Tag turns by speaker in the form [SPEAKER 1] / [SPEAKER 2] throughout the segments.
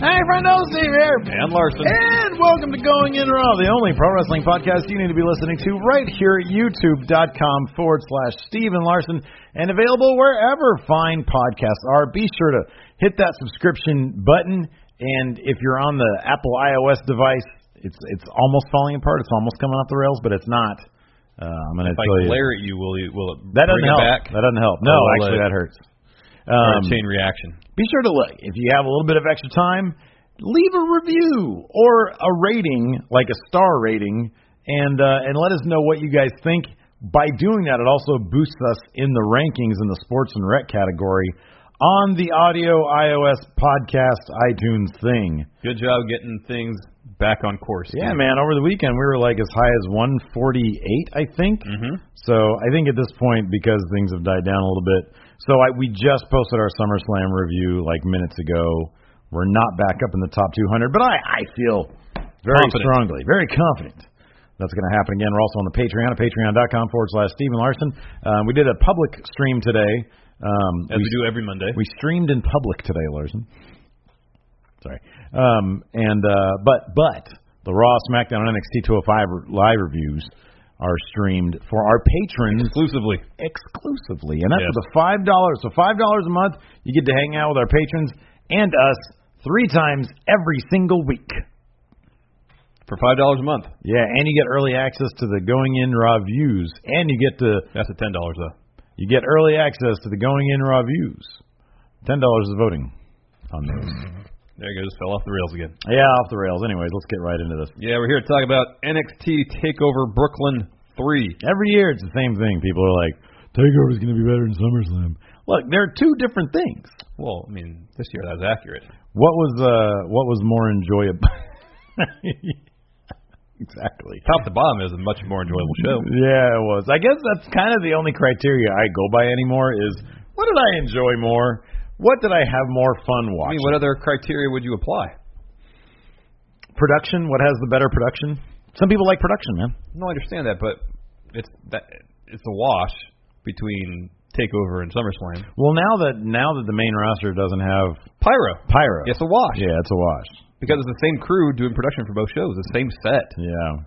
[SPEAKER 1] Hey, friend, Steve here. And Larson. And welcome to Going In Raw, the only pro wrestling podcast you need to be listening to right here at youtube.com forward slash Steven Larson and available wherever fine podcasts are. Be sure to hit that subscription button. And if you're on the Apple iOS device, it's it's almost falling apart. It's almost coming off the rails, but it's not. Uh, I'm going to
[SPEAKER 2] If I
[SPEAKER 1] tell you.
[SPEAKER 2] glare at you, will you will it
[SPEAKER 1] that doesn't
[SPEAKER 2] bring
[SPEAKER 1] help.
[SPEAKER 2] it back?
[SPEAKER 1] That doesn't help. No,
[SPEAKER 2] Or will
[SPEAKER 1] actually,
[SPEAKER 2] it-
[SPEAKER 1] that hurts.
[SPEAKER 2] or
[SPEAKER 1] Um,
[SPEAKER 2] a chain reaction.
[SPEAKER 1] be sure to look. If you have a little bit of extra time, leave a review or a rating, like a star rating, and uh, and let us know what you guys think. By doing that, it also boosts us in the rankings in the sports and rec category on the audio iOS podcast iTunes thing.
[SPEAKER 2] Good job getting things back on course.
[SPEAKER 1] Yeah, man. Over the weekend, we were like as high as 148, I think. Mm-hmm. So I think at this point, because things have died down a little bit, so I, we just posted our SummerSlam review like minutes ago. We're not back up in the top 200, but I, I feel very
[SPEAKER 2] Confident.
[SPEAKER 1] strongly, very confident that's going to happen again. We're also on the Patreon at patreon.com forward slash Stephen Larson. Um, we did a public stream today. Um,
[SPEAKER 2] As we, do every Monday.
[SPEAKER 1] we streamed in public today, Larson. Sorry. Um, and uh, but but the Raw, SmackDown, and NXT 205 re- oh live reviews are streamed for our patrons
[SPEAKER 2] exclusively.
[SPEAKER 1] exclusively, and that's
[SPEAKER 2] Yes.
[SPEAKER 1] for the five dollars. So five dollars a month, you get to hang out with our patrons and us three times every single week.
[SPEAKER 2] For five dollars a month.
[SPEAKER 1] Yeah, and you get early access to the Going In Raw views, and you get to
[SPEAKER 2] That's at ten dollars though.
[SPEAKER 1] you get early access to the Going In Raw views. Ten dollars is voting on those.
[SPEAKER 2] There it goes, fell off the rails again.
[SPEAKER 1] Yeah, off the rails. Anyways, let's get right into this.
[SPEAKER 2] Yeah, we're here to talk about NXT Takeover Brooklyn three.
[SPEAKER 1] Every year it's the same thing. People are like, Takeover's going to be better than SummerSlam. Look, there are two different things.
[SPEAKER 2] Well, I mean, this year that was accurate.
[SPEAKER 1] What was uh what was more enjoyable? exactly.
[SPEAKER 2] Top to bottom is a much more enjoyable show.
[SPEAKER 1] Yeah, it was. I guess that's kind of the only criteria I go by anymore is what did I enjoy more? What did I have more fun
[SPEAKER 2] I
[SPEAKER 1] watching?
[SPEAKER 2] mean, what other criteria would you apply?
[SPEAKER 1] production? What has the better production? Some people like production, man.
[SPEAKER 2] No, I understand that, but it's that it's a wash between Takeover and SummerSlam.
[SPEAKER 1] Well, now that now that the main roster doesn't have
[SPEAKER 2] Pyro.
[SPEAKER 1] Pyro.
[SPEAKER 2] It's a wash.
[SPEAKER 1] Yeah, it's a wash.
[SPEAKER 2] Because it's the same crew doing production for both shows, the same set.
[SPEAKER 1] Yeah.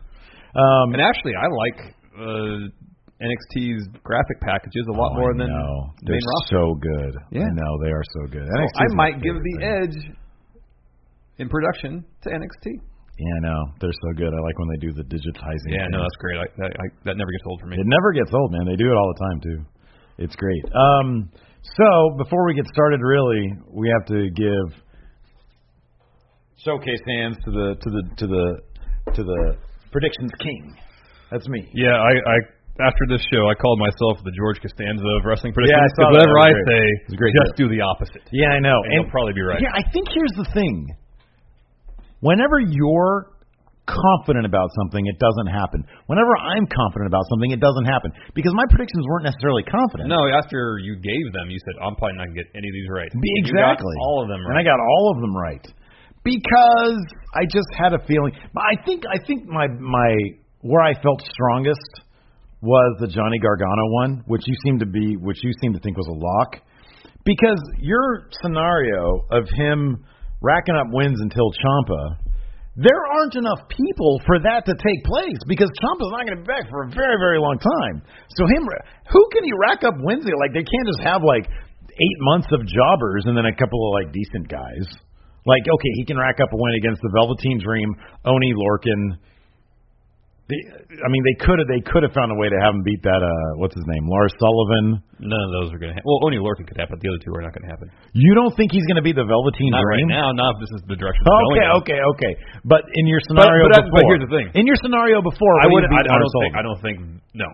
[SPEAKER 1] Um
[SPEAKER 2] And actually, I like uh, NXT's graphic packages a lot
[SPEAKER 1] Oh,
[SPEAKER 2] more
[SPEAKER 1] I
[SPEAKER 2] than
[SPEAKER 1] know.
[SPEAKER 2] the
[SPEAKER 1] they're
[SPEAKER 2] main roster.
[SPEAKER 1] so good. I
[SPEAKER 2] Yeah.
[SPEAKER 1] know they are so good.
[SPEAKER 2] So
[SPEAKER 1] NXT
[SPEAKER 2] I
[SPEAKER 1] is my
[SPEAKER 2] might give
[SPEAKER 1] favorite
[SPEAKER 2] the
[SPEAKER 1] thing.
[SPEAKER 2] edge in production to NXT.
[SPEAKER 1] Yeah, I know they're so good. I like when they do the digitizing.
[SPEAKER 2] Yeah,
[SPEAKER 1] thing.
[SPEAKER 2] no, that's great. I, that, I, that never gets old for me.
[SPEAKER 1] It never gets old, man. They do it all the time too. It's great. Um, so before we get started, really, we have to give showcase hands to the to the to the to the predictions king. That's me.
[SPEAKER 2] Yeah, I, I after this show, I called myself the George Costanza of wrestling predictions.
[SPEAKER 1] I saw
[SPEAKER 2] 'cause
[SPEAKER 1] that.
[SPEAKER 2] whatever
[SPEAKER 1] That
[SPEAKER 2] I
[SPEAKER 1] was great.
[SPEAKER 2] say,
[SPEAKER 1] It was a great
[SPEAKER 2] just do the opposite.
[SPEAKER 1] Yeah, I know.
[SPEAKER 2] And you'll probably be right.
[SPEAKER 1] Yeah, I think here's the thing. Whenever you're confident about something, it doesn't happen. Whenever I'm confident about something, it doesn't happen because my predictions weren't necessarily confident.
[SPEAKER 2] No, after you gave them, you said, I'm probably not going to get any of these right.
[SPEAKER 1] Be-
[SPEAKER 2] You got
[SPEAKER 1] exactly.
[SPEAKER 2] all of them
[SPEAKER 1] And I
[SPEAKER 2] right.
[SPEAKER 1] got all of them right because I just had a feeling. But I think I think my my where I felt strongest was the Johnny Gargano one, which you seemed to be, which you seemed to think was a lock, because your scenario of him racking up wins until Champa. There aren't enough people for that to take place because Champa's not going to be back for a very, very long time. So him, who can he rack up wins? Like they can't just have like eight months of jobbers and then a couple of like decent guys. Like okay, he can rack up a win against the Velveteen Dream, Oni Lorkin. The, I mean, they could have they could have found a way to have him beat that uh what's his name, Lars Sullivan.
[SPEAKER 2] None of those are going to happen. Well, only Lorcan could happen. The other two are not going to happen.
[SPEAKER 1] You don't think he's going to be the Velveteen
[SPEAKER 2] Not right
[SPEAKER 1] Dream
[SPEAKER 2] now. Not if this is the direction. we're
[SPEAKER 1] Okay,
[SPEAKER 2] going in.
[SPEAKER 1] okay, okay. But in your scenario
[SPEAKER 2] but I- but
[SPEAKER 1] before,
[SPEAKER 2] here's the thing.
[SPEAKER 1] In your scenario before,
[SPEAKER 2] I
[SPEAKER 1] would
[SPEAKER 2] would.
[SPEAKER 1] you
[SPEAKER 2] I,
[SPEAKER 1] beat
[SPEAKER 2] I
[SPEAKER 1] Lars
[SPEAKER 2] don't think. I
[SPEAKER 1] Sullivan?
[SPEAKER 2] don't think. No,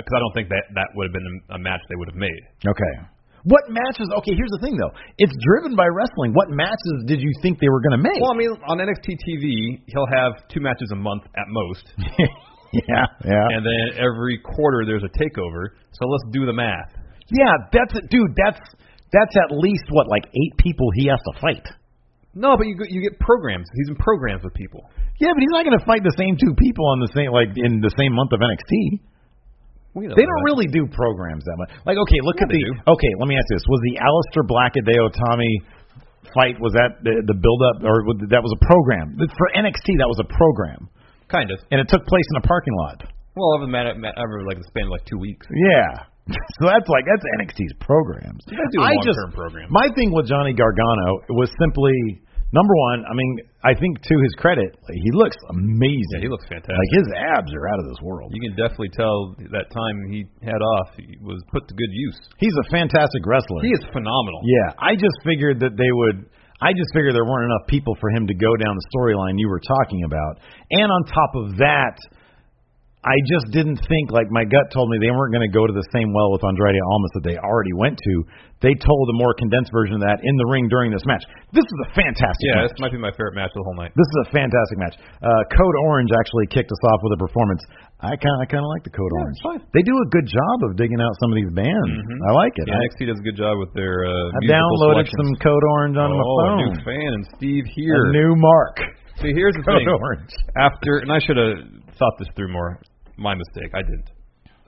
[SPEAKER 2] because I don't think that that would have been a, a match they would have made.
[SPEAKER 1] Okay. What matches? Okay, here's the thing though. It's driven by wrestling. What matches did you think they were going to make?
[SPEAKER 2] Well, I mean, on NXT TV, he'll have two matches a month at most,
[SPEAKER 1] yeah, yeah,
[SPEAKER 2] and then every quarter there's a takeover. So let's do the math.
[SPEAKER 1] yeah. That's it, dude. That's that's at least what like eight people he has to fight.
[SPEAKER 2] No, but you go- you get programs. He's in programs with people.
[SPEAKER 1] Yeah, but he's not going to fight the same two people on the same like in the same month of NXT.
[SPEAKER 2] We know
[SPEAKER 1] They don't
[SPEAKER 2] that.
[SPEAKER 1] really do programs that much. Like, okay, look
[SPEAKER 2] Yeah,
[SPEAKER 1] at
[SPEAKER 2] they
[SPEAKER 1] the. Okay, let me ask you this: Was the Alistair Black Adeo Tommy fight was that the, the build up or was- that was a program for NXT? That was a program,
[SPEAKER 2] kind of.
[SPEAKER 1] and it took place in a parking lot.
[SPEAKER 2] Well, over the matter, over like the span of like two weeks.
[SPEAKER 1] Yeah. So that's like that's NXT's programs.
[SPEAKER 2] gotta do
[SPEAKER 1] I just
[SPEAKER 2] long-term programs.
[SPEAKER 1] my thing with Johnny Gargano was simply number one. I mean, I think to his credit, like, he looks amazing.
[SPEAKER 2] Yeah, he looks fantastic.
[SPEAKER 1] like his abs are out of this world.
[SPEAKER 2] you can definitely tell that time he had off he was put to good use.
[SPEAKER 1] He's a fantastic wrestler.
[SPEAKER 2] He is phenomenal.
[SPEAKER 1] Yeah, I just figured that they would. I just figured there weren't enough people for him to go down the storyline you were talking about. And on top of that, I just didn't think like my gut told me they weren't going to go to the same well with Andrade Almas that they already went to. They told a more condensed version of that in the ring during this match. This is a fantastic
[SPEAKER 2] Yeah,
[SPEAKER 1] match.
[SPEAKER 2] this might be my favorite match of the whole night.
[SPEAKER 1] This is a fantastic match. Uh, Code Orange actually kicked us off with a performance. I kind I kind of like the Code Orange. They do a good job of digging out some of these bands. I like it.
[SPEAKER 2] Mm-hmm.
[SPEAKER 1] I,
[SPEAKER 2] Yeah, NXT does a good job with their uh,
[SPEAKER 1] I
[SPEAKER 2] musical
[SPEAKER 1] downloaded some
[SPEAKER 2] selections.
[SPEAKER 1] Code Orange on my
[SPEAKER 2] oh, a
[SPEAKER 1] phone.
[SPEAKER 2] new fan and Steve
[SPEAKER 1] A
[SPEAKER 2] here.
[SPEAKER 1] new Oh, mark.
[SPEAKER 2] See, here's the
[SPEAKER 1] Code
[SPEAKER 2] thing.
[SPEAKER 1] Orange.
[SPEAKER 2] After and I should have thought this through more. My mistake. I didn't.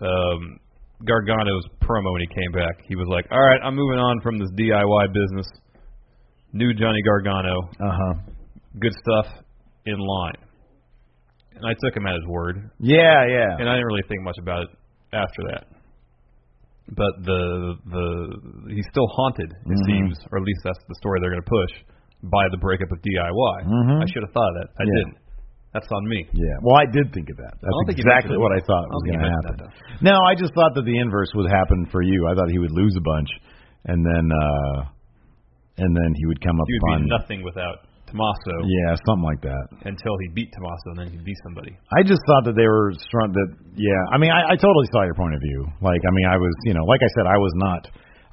[SPEAKER 2] Um, Gargano's promo when he came back, he was like, "All right, I'm moving on from this DIY business. New Johnny Gargano,
[SPEAKER 1] Uh huh.
[SPEAKER 2] good stuff in line." And I took him at his word.
[SPEAKER 1] Yeah, yeah.
[SPEAKER 2] and I didn't really think much about it after that. But the the he's still haunted, it
[SPEAKER 1] Mm-hmm.
[SPEAKER 2] seems, or at least that's the story they're going to push by the breakup of DIY. I should have thought of that.
[SPEAKER 1] Mm-hmm.
[SPEAKER 2] I
[SPEAKER 1] Yeah.
[SPEAKER 2] didn't. That's on me.
[SPEAKER 1] yeah. Well, I did think of that. That's
[SPEAKER 2] don't think you
[SPEAKER 1] exactly
[SPEAKER 2] mentioned
[SPEAKER 1] what I
[SPEAKER 2] it.
[SPEAKER 1] thought
[SPEAKER 2] I don't
[SPEAKER 1] was
[SPEAKER 2] think
[SPEAKER 1] going
[SPEAKER 2] you
[SPEAKER 1] to happen.
[SPEAKER 2] mentioned
[SPEAKER 1] No, I just thought that the inverse would happen for you. I thought he would lose a bunch, and then uh and then he would come up
[SPEAKER 2] He would
[SPEAKER 1] on
[SPEAKER 2] be nothing without Tommaso
[SPEAKER 1] yeah, something like that.
[SPEAKER 2] until he beat Tommaso, and then he'd be somebody.
[SPEAKER 1] I just thought that they were strong. That yeah, I mean, I, I totally saw your point of view. Like, I mean, I was, you know, like I said, I was not.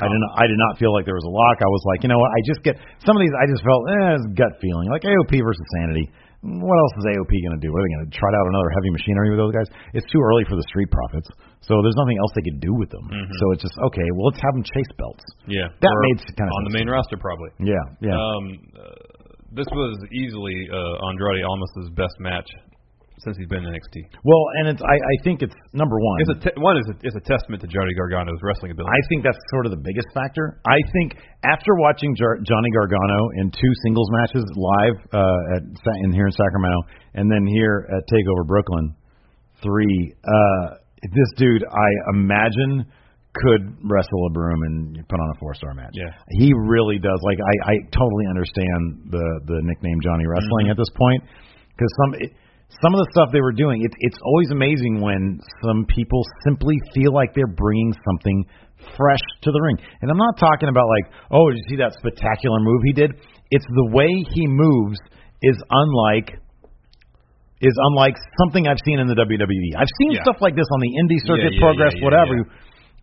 [SPEAKER 1] I didn't. I did not feel like there was a lock. I was like, you know what? I just get some of these. I just felt eh, it's gut feeling. Like AOP versus Sanity. What else is AOP going to do? Are they going to trot out another heavy machinery with those guys? It's too early for the street profits, so there's nothing else they could do with them.
[SPEAKER 2] Mm-hmm.
[SPEAKER 1] So it's just okay. Well, let's have them chase belts.
[SPEAKER 2] Yeah,
[SPEAKER 1] That
[SPEAKER 2] or
[SPEAKER 1] made kind of
[SPEAKER 2] on the main roster probably.
[SPEAKER 1] Yeah, yeah.
[SPEAKER 2] Um, uh, this was easily uh, Andrade Almas's best match since he's been in NXT.
[SPEAKER 1] well, and it's. I, I think it's number one.
[SPEAKER 2] It's a te- one is a, it's a testament to Johnny Gargano's wrestling ability.
[SPEAKER 1] I think that's sort of the biggest factor. I think after watching Jar- Johnny Gargano in two singles matches live uh, at Sa- in here in Sacramento, and then here at Takeover Brooklyn, three. Uh, this dude, I imagine, could wrestle a broom and put on a four star match.
[SPEAKER 2] Yeah.
[SPEAKER 1] he really does. Like I, I totally understand the the nickname Johnny Wrestling at this point because some. It, some of the stuff they were doing, it's it's always amazing when some people simply feel like they're bringing something fresh to the ring. And I'm not talking about like, oh, did you see that spectacular move he did? It's the way he moves is unlike is unlike something I've seen in the WWE. I've seen
[SPEAKER 2] Yeah.
[SPEAKER 1] stuff like this on the indie circuit,
[SPEAKER 2] yeah,
[SPEAKER 1] progress,
[SPEAKER 2] yeah, yeah,
[SPEAKER 1] whatever.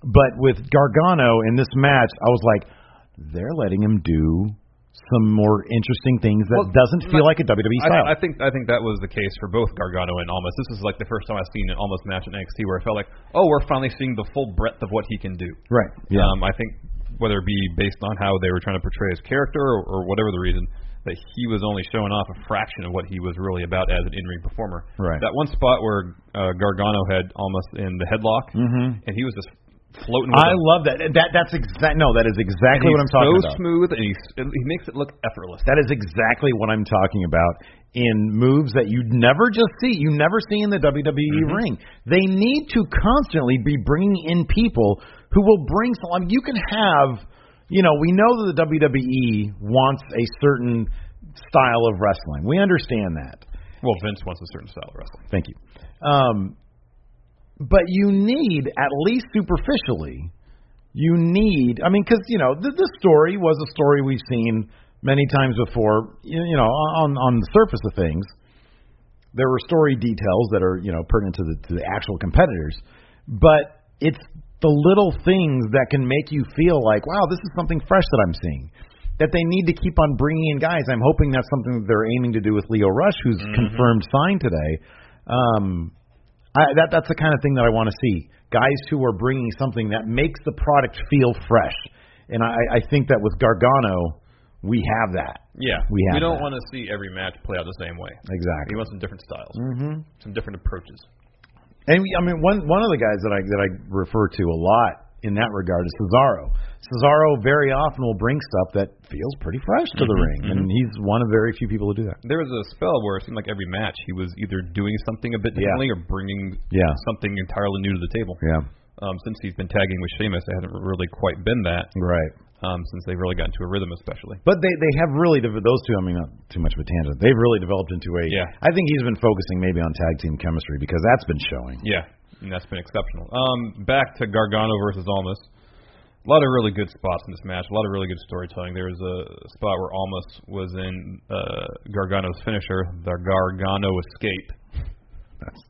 [SPEAKER 1] But with Gargano in this match, I was like, they're letting him do some more interesting things that
[SPEAKER 2] Well,
[SPEAKER 1] doesn't feel like a WWE style.
[SPEAKER 2] I, I think I think that was the case for both Gargano and Almas. This is like the first time I've seen an Almas match in NXT where I felt like, oh, we're finally seeing the full breadth of what he can do.
[SPEAKER 1] right. Yeah.
[SPEAKER 2] Um, I think whether it be based on how they were trying to portray his character or, or whatever the reason, that he was only showing off a fraction of what he was really about as an in-ring performer.
[SPEAKER 1] Right.
[SPEAKER 2] That one spot where uh, Gargano had Almas in the headlock, and he was just floating. With
[SPEAKER 1] Mm-hmm. I
[SPEAKER 2] him.
[SPEAKER 1] love that. That that's exact. No, that is exactly what I'm talking
[SPEAKER 2] so
[SPEAKER 1] about.
[SPEAKER 2] smooth, and he's, he makes it look effortless.
[SPEAKER 1] That is exactly what I'm talking about in moves that you never just see, you never see in the WWE ring. They need to constantly be bringing in people who will bring some. I mean, you can have, you know, we know that the WWE wants a certain style of wrestling. We understand that.
[SPEAKER 2] Well, Vince wants a certain style of wrestling.
[SPEAKER 1] Thank you. Um, but you need, at least superficially, you need. I mean, because you know, th- this story was a story we've seen many times before. You, you know, on on the surface of things, there were story details that are you know pertinent to the to the actual competitors, but it's the little things that can make you feel like, wow, this is something fresh that I'm seeing. That they need to keep on bringing in guys. I'm hoping that's something that they're aiming to do with Leo Rush, who's confirmed signed today. Um, I, that that's the kind of thing that I want to see. Guys who are bringing something that makes the product feel fresh, and I, I think that with Gargano, we have that
[SPEAKER 2] Yeah,
[SPEAKER 1] We have
[SPEAKER 2] we don't
[SPEAKER 1] that.
[SPEAKER 2] want to see every match play out the same way. He
[SPEAKER 1] exactly.
[SPEAKER 2] wants some different styles, mm-hmm. some different approaches.
[SPEAKER 1] And we- I mean, one one of the guys that I that I refer to a lot in that regard is Cesaro. Cesaro very often will bring stuff that feels pretty fresh to the ring,
[SPEAKER 2] Mm-hmm,
[SPEAKER 1] and he's one of very few people to do that.
[SPEAKER 2] There was a spell where it seemed like every match he was either doing something a bit
[SPEAKER 1] Yeah.
[SPEAKER 2] differently or bringing
[SPEAKER 1] Yeah.
[SPEAKER 2] something entirely new to the table.
[SPEAKER 1] Yeah,
[SPEAKER 2] Um, since he's been tagging with Sheamus, they haven't really quite been that.
[SPEAKER 1] right.
[SPEAKER 2] Um, since they've really gotten to a rhythm, especially.
[SPEAKER 1] But they they have really dev- those two. I mean, not too much of a tangent. They've really developed into a.
[SPEAKER 2] Yeah.
[SPEAKER 1] I think he's been focusing maybe on tag team chemistry because that's been showing.
[SPEAKER 2] Yeah, and that's been exceptional. Um, back to Gargano versus Almas. A lot of really good spots in this match. A lot of really good storytelling. There was a spot where Almas was in uh, Gargano's finisher, the Gargano escape,
[SPEAKER 1] That's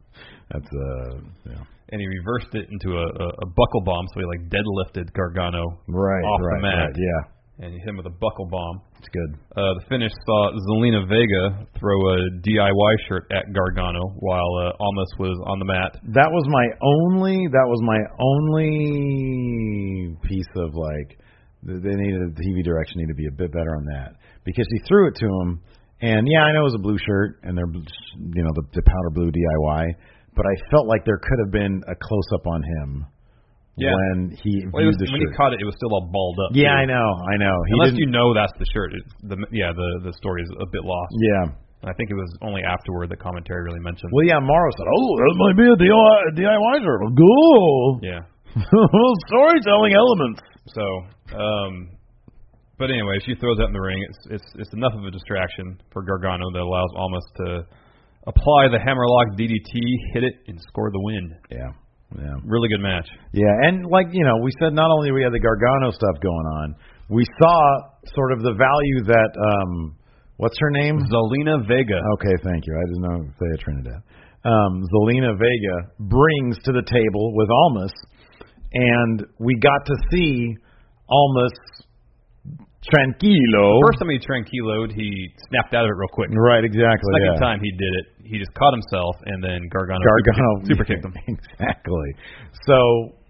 [SPEAKER 1] that's uh yeah.
[SPEAKER 2] and he reversed it into a, a, a buckle bomb. So he like deadlifted Gargano
[SPEAKER 1] right
[SPEAKER 2] off
[SPEAKER 1] right
[SPEAKER 2] the mat
[SPEAKER 1] right yeah
[SPEAKER 2] and he hit him with a buckle bomb.
[SPEAKER 1] it's good
[SPEAKER 2] Uh, the finish saw Zelina Vega throw a DIY shirt at Gargano while uh, Almas was on the mat.
[SPEAKER 1] that was my only that was my only piece of like th- they needed the TV direction needed to be a bit better on that because he threw it to him and yeah I know it was a blue shirt and they're bl- you know the, the powder blue DIY but I felt like there could have been a close up on him
[SPEAKER 2] Yeah.
[SPEAKER 1] when he
[SPEAKER 2] Well, it
[SPEAKER 1] viewed
[SPEAKER 2] was,
[SPEAKER 1] the
[SPEAKER 2] when
[SPEAKER 1] shirt
[SPEAKER 2] he caught it, it was still all balled up.
[SPEAKER 1] yeah
[SPEAKER 2] too.
[SPEAKER 1] I know I know he
[SPEAKER 2] Unless you
[SPEAKER 1] didn't,
[SPEAKER 2] know that's the shirt, it's the, yeah, the the story is a bit lost.
[SPEAKER 1] yeah
[SPEAKER 2] And I think it was only afterward that commentary really mentioned.
[SPEAKER 1] well yeah Morrow said oh that might be a DIY DIY shirt cool
[SPEAKER 2] Yeah.
[SPEAKER 1] storytelling elements.
[SPEAKER 2] So, um, but anyway, she throws that in the ring. It's it's it's enough of a distraction for Gargano that allows Almas to apply the hammerlock DDT, hit it, and score the win.
[SPEAKER 1] Yeah, yeah,
[SPEAKER 2] Really good match.
[SPEAKER 1] yeah. And like you know, we said not only we had the Gargano stuff going on, we saw sort of the value that um, what's her name?
[SPEAKER 2] Zelina Vega.
[SPEAKER 1] Okay, thank you. I didn't know say a Trinidad. Um, Zelina Vega brings to the table with Almas, and we got to see Almas tranquilo.
[SPEAKER 2] First time he tranquiloed, he snapped out of it real quick.
[SPEAKER 1] right, exactly.
[SPEAKER 2] Second
[SPEAKER 1] Oh, yeah.
[SPEAKER 2] time he did it, he just caught himself, and then Gargano,
[SPEAKER 1] Gargano
[SPEAKER 2] super kicked him.
[SPEAKER 1] exactly. So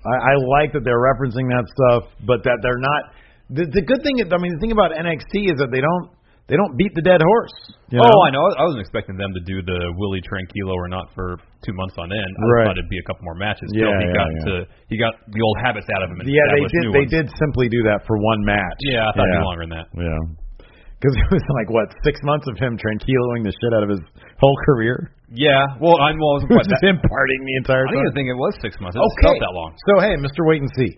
[SPEAKER 1] I, I like that they're referencing that stuff, but that they're not. The, the good thing, is- I mean, the thing about NXT is that they don't they don't beat the dead horse. you
[SPEAKER 2] Oh, I know. I wasn't expecting them to do the Willie Tranquilo or not for two months on end. I
[SPEAKER 1] Right.
[SPEAKER 2] thought it'd be a couple more matches.
[SPEAKER 1] Yeah,
[SPEAKER 2] Still, he
[SPEAKER 1] yeah,
[SPEAKER 2] got
[SPEAKER 1] yeah.
[SPEAKER 2] to he got the old habits out of him. And
[SPEAKER 1] Yeah, they
[SPEAKER 2] established
[SPEAKER 1] did.
[SPEAKER 2] new
[SPEAKER 1] They
[SPEAKER 2] ones.
[SPEAKER 1] did simply do that for one match.
[SPEAKER 2] Yeah, I thought it'd
[SPEAKER 1] yeah.
[SPEAKER 2] be longer than that.
[SPEAKER 1] Yeah, because it was like what six months of him tranquiloing the shit out of his whole career,
[SPEAKER 2] Yeah. Well, I'm well. It
[SPEAKER 1] which is
[SPEAKER 2] wasn't quite that,
[SPEAKER 1] him partying the entire
[SPEAKER 2] I didn't even
[SPEAKER 1] time.
[SPEAKER 2] think it was six months. It just
[SPEAKER 1] Okay,
[SPEAKER 2] felt that long.
[SPEAKER 1] so hey, Mr. Wait and See,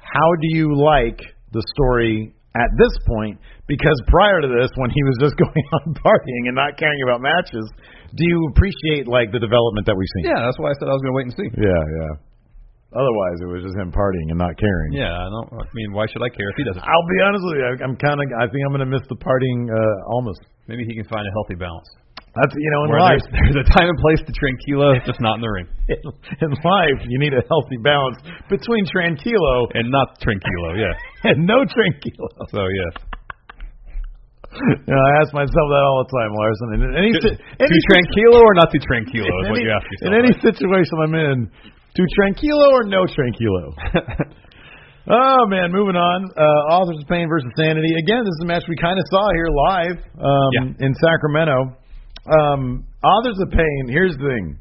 [SPEAKER 1] how do you like the story at this point? Because prior to this, when he was just going on partying and not caring about matches, do you appreciate like the development that we've seen?
[SPEAKER 2] Yeah, that's why I said I was going to wait and see.
[SPEAKER 1] yeah, yeah. Otherwise, it was just him partying and not caring.
[SPEAKER 2] Yeah, I don't. I mean, why should I care if he doesn't?
[SPEAKER 1] I'll be honest with you. I- I'm kind of. I think I'm going to miss the partying uh, almost.
[SPEAKER 2] Maybe he can find a healthy balance.
[SPEAKER 1] That's you know in
[SPEAKER 2] Where
[SPEAKER 1] life.
[SPEAKER 2] there's, there's a time and place to tranquilo, it's just not in the ring,
[SPEAKER 1] In life, you need a healthy balance between tranquilo
[SPEAKER 2] and not tranquilo. Yeah.
[SPEAKER 1] and no tranquilo.
[SPEAKER 2] So yeah,
[SPEAKER 1] You know, I ask myself that all the time, Larson. And in any, si- any
[SPEAKER 2] too tranquilo or not too tranquilo is
[SPEAKER 1] in
[SPEAKER 2] what
[SPEAKER 1] any,
[SPEAKER 2] you ask yourself.
[SPEAKER 1] in any
[SPEAKER 2] right?
[SPEAKER 1] situation I'm in, to tranquilo or no tranquilo. oh man, moving on. Uh, Authors of Pain versus Sanity. Again, this is a match we kind of saw here live um,
[SPEAKER 2] Yeah.
[SPEAKER 1] in Sacramento. Um, Authors of Pain. Here's the thing.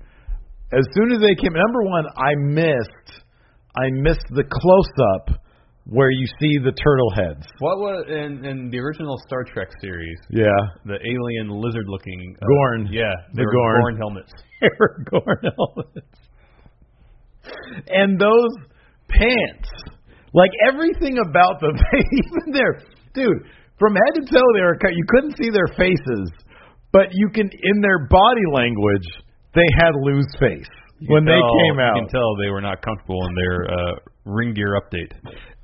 [SPEAKER 1] As soon as they came, number one, I missed I missed the close up where you see the turtle heads.
[SPEAKER 2] What was in, in the original Star Trek series?
[SPEAKER 1] Yeah.
[SPEAKER 2] The alien lizard-looking uh,
[SPEAKER 1] Gorn.
[SPEAKER 2] Yeah,
[SPEAKER 1] The
[SPEAKER 2] they were
[SPEAKER 1] Gorn.
[SPEAKER 2] Gorn helmets.
[SPEAKER 1] and those pants. Like everything about them, even their dude, from head to toe they were cut. You couldn't see their faces, but you can in their body language they had Lou's face
[SPEAKER 2] You
[SPEAKER 1] when
[SPEAKER 2] can
[SPEAKER 1] they
[SPEAKER 2] tell-
[SPEAKER 1] came out.
[SPEAKER 2] you can tell they were not comfortable in their uh, ring gear update.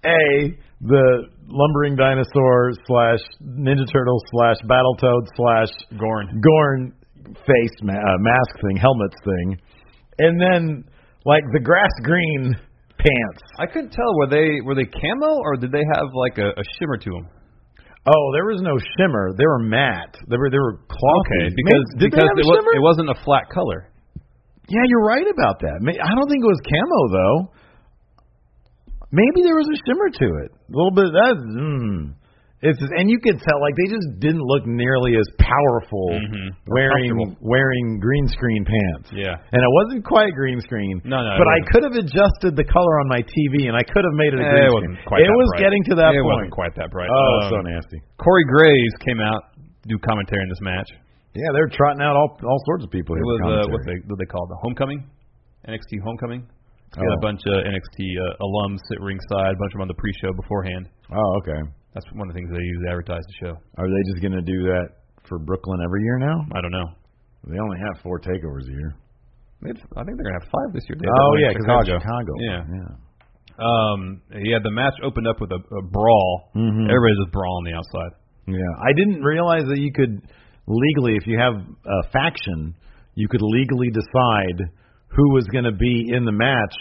[SPEAKER 1] A, the lumbering dinosaur slash Ninja Turtle slash Battletoad slash
[SPEAKER 2] Gorn.
[SPEAKER 1] Gorn face ma- uh, mask thing, helmets thing, and then like the grass green pants.
[SPEAKER 2] I couldn't tell were they were they camo or did they have like a, a shimmer to them?
[SPEAKER 1] Oh, there was no shimmer. They were matte. They were they were cloth-y.
[SPEAKER 2] Okay, because
[SPEAKER 1] Maybe- did they
[SPEAKER 2] because
[SPEAKER 1] have a
[SPEAKER 2] it, was,
[SPEAKER 1] shimmer?
[SPEAKER 2] it wasn't a flat color.
[SPEAKER 1] yeah, you're right about that. May- I don't think it was camo though. Maybe there was a shimmer to it. A little bit. That's mm. it's and you could tell like they just didn't look nearly as powerful
[SPEAKER 2] Mhm.
[SPEAKER 1] wearing
[SPEAKER 2] comfortable.
[SPEAKER 1] wearing green screen pants.
[SPEAKER 2] Yeah.
[SPEAKER 1] And it wasn't quite green screen.
[SPEAKER 2] No, no, it
[SPEAKER 1] But I
[SPEAKER 2] wasn't.
[SPEAKER 1] could have adjusted the color on my TV, and I could have made it a
[SPEAKER 2] Eh,
[SPEAKER 1] green
[SPEAKER 2] it
[SPEAKER 1] screen.
[SPEAKER 2] wasn't quite
[SPEAKER 1] it
[SPEAKER 2] that
[SPEAKER 1] was
[SPEAKER 2] bright.
[SPEAKER 1] getting to that
[SPEAKER 2] it
[SPEAKER 1] point.
[SPEAKER 2] wasn't quite that bright.
[SPEAKER 1] oh,
[SPEAKER 2] Um,
[SPEAKER 1] so nasty.
[SPEAKER 2] Corey Graves came out to do commentary in this match.
[SPEAKER 1] Yeah, they're trotting out all all sorts of people.
[SPEAKER 2] It
[SPEAKER 1] here
[SPEAKER 2] was
[SPEAKER 1] for
[SPEAKER 2] uh,
[SPEAKER 1] commentary.
[SPEAKER 2] what they what they call the homecoming, NXT homecoming. It's
[SPEAKER 1] Oh.
[SPEAKER 2] got a bunch of NXT uh, alums sit ringside, a bunch of them on the pre-show beforehand.
[SPEAKER 1] Oh, okay.
[SPEAKER 2] That's one of the things they use to advertise the show.
[SPEAKER 1] Are they just going to do that for Brooklyn every year now?
[SPEAKER 2] I don't know.
[SPEAKER 1] They only have four takeovers a year.
[SPEAKER 2] It's, I think they're gonna have five this year. They had
[SPEAKER 1] Oh
[SPEAKER 2] that one in
[SPEAKER 1] yeah, 'cause they
[SPEAKER 2] Chicago.
[SPEAKER 1] have Chicago.
[SPEAKER 2] Yeah.
[SPEAKER 1] yeah.
[SPEAKER 2] Um, yeah. The match opened up with a, a brawl.
[SPEAKER 1] Mhm.
[SPEAKER 2] Everybody's just brawling on the outside.
[SPEAKER 1] Yeah, I didn't realize that you could legally, if you have a faction, you could legally decide who was going to be in the match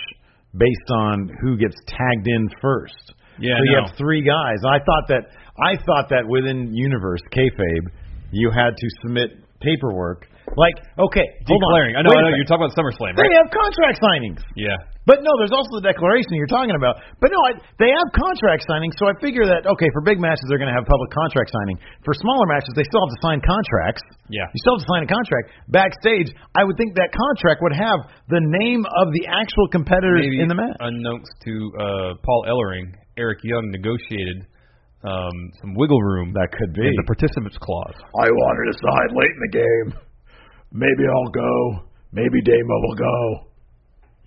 [SPEAKER 1] based on who gets tagged in first.
[SPEAKER 2] Yeah,
[SPEAKER 1] so you
[SPEAKER 2] no.
[SPEAKER 1] have three guys. I thought that I thought that within universe kayfabe, you had to submit paperwork. Like, okay, hold on.
[SPEAKER 2] Declaring. I know.
[SPEAKER 1] Wait a
[SPEAKER 2] I
[SPEAKER 1] sec.
[SPEAKER 2] know. You're talking about SummerSlam,
[SPEAKER 1] They
[SPEAKER 2] right?
[SPEAKER 1] have contract signings.
[SPEAKER 2] Yeah.
[SPEAKER 1] But no, there's also the declaration you're talking about. But no, I, they have contract signing, so I figure that okay, for big matches they're going to have public contract signing. For smaller matches, they still have to sign contracts.
[SPEAKER 2] Yeah.
[SPEAKER 1] you still have to sign a contract backstage. I would think that contract would have the name of the actual competitors
[SPEAKER 2] Maybe
[SPEAKER 1] in the match.
[SPEAKER 2] unknownst to uh, Paul Ellering, Eric Young negotiated um, some wiggle room.
[SPEAKER 1] that could
[SPEAKER 2] in the participants clause.
[SPEAKER 3] I want to decide late in the game. Maybe I'll go. Maybe Damo will go.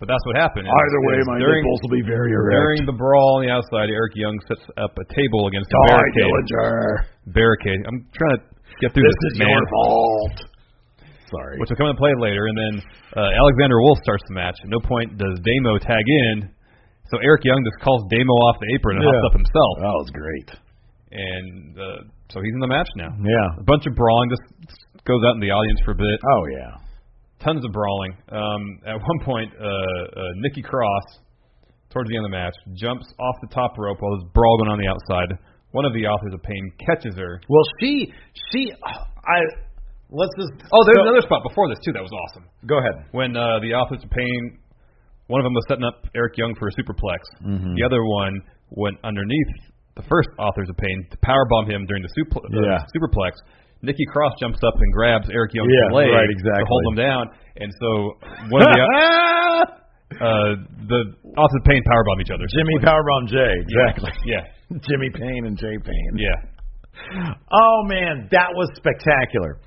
[SPEAKER 2] But that's what happened.
[SPEAKER 3] Either way,
[SPEAKER 2] It's
[SPEAKER 3] my
[SPEAKER 2] during,
[SPEAKER 3] nipples will be very erect.
[SPEAKER 2] During the brawl on the outside, Eric Young sets up a table against the
[SPEAKER 3] Die,
[SPEAKER 2] barricade.
[SPEAKER 3] Dillinger.
[SPEAKER 2] Barricade. I'm trying to get through
[SPEAKER 3] This
[SPEAKER 2] this,
[SPEAKER 3] is
[SPEAKER 2] man.
[SPEAKER 3] your fault.
[SPEAKER 1] Sorry.
[SPEAKER 2] Which will come into play later, and then uh, Alexander Wolf starts the match. At no point does Damo tag in, so Eric Young just calls Damo off the apron and
[SPEAKER 1] Yeah.
[SPEAKER 2] hops up himself,
[SPEAKER 1] That was great.
[SPEAKER 2] and uh, so he's in the match now.
[SPEAKER 1] Yeah.
[SPEAKER 2] A bunch of brawling just goes out in the audience for a bit.
[SPEAKER 1] Oh yeah.
[SPEAKER 2] tons of brawling. Um, at one point, uh, uh, Nikki Cross, towards the end of the match, jumps off the top rope while there's brawl going on the outside. One of the authors of pain catches her.
[SPEAKER 1] Well, she she I let's just
[SPEAKER 2] Oh, there's
[SPEAKER 1] So-
[SPEAKER 2] another spot before this too. That was awesome.
[SPEAKER 1] go ahead.
[SPEAKER 2] When uh, the authors of pain, one of them was setting up Eric Young for a superplex.
[SPEAKER 1] Mm-hmm.
[SPEAKER 2] The other one went underneath the first authors of pain to powerbomb him during the supl- uh,
[SPEAKER 1] Yeah.
[SPEAKER 2] superplex. Nikki Cross jumps up and grabs Eric Young's
[SPEAKER 1] Yeah,
[SPEAKER 2] leg
[SPEAKER 1] right,
[SPEAKER 2] to
[SPEAKER 1] exactly.
[SPEAKER 2] hold him down, and so one of the uh, the Austin Payne powerbomb each other.
[SPEAKER 1] Jimmy Powerbomb J. Exactly.
[SPEAKER 2] Yeah.
[SPEAKER 1] Jimmy Payne and Jay Payne.
[SPEAKER 2] Yeah.
[SPEAKER 1] Oh man, that was spectacular.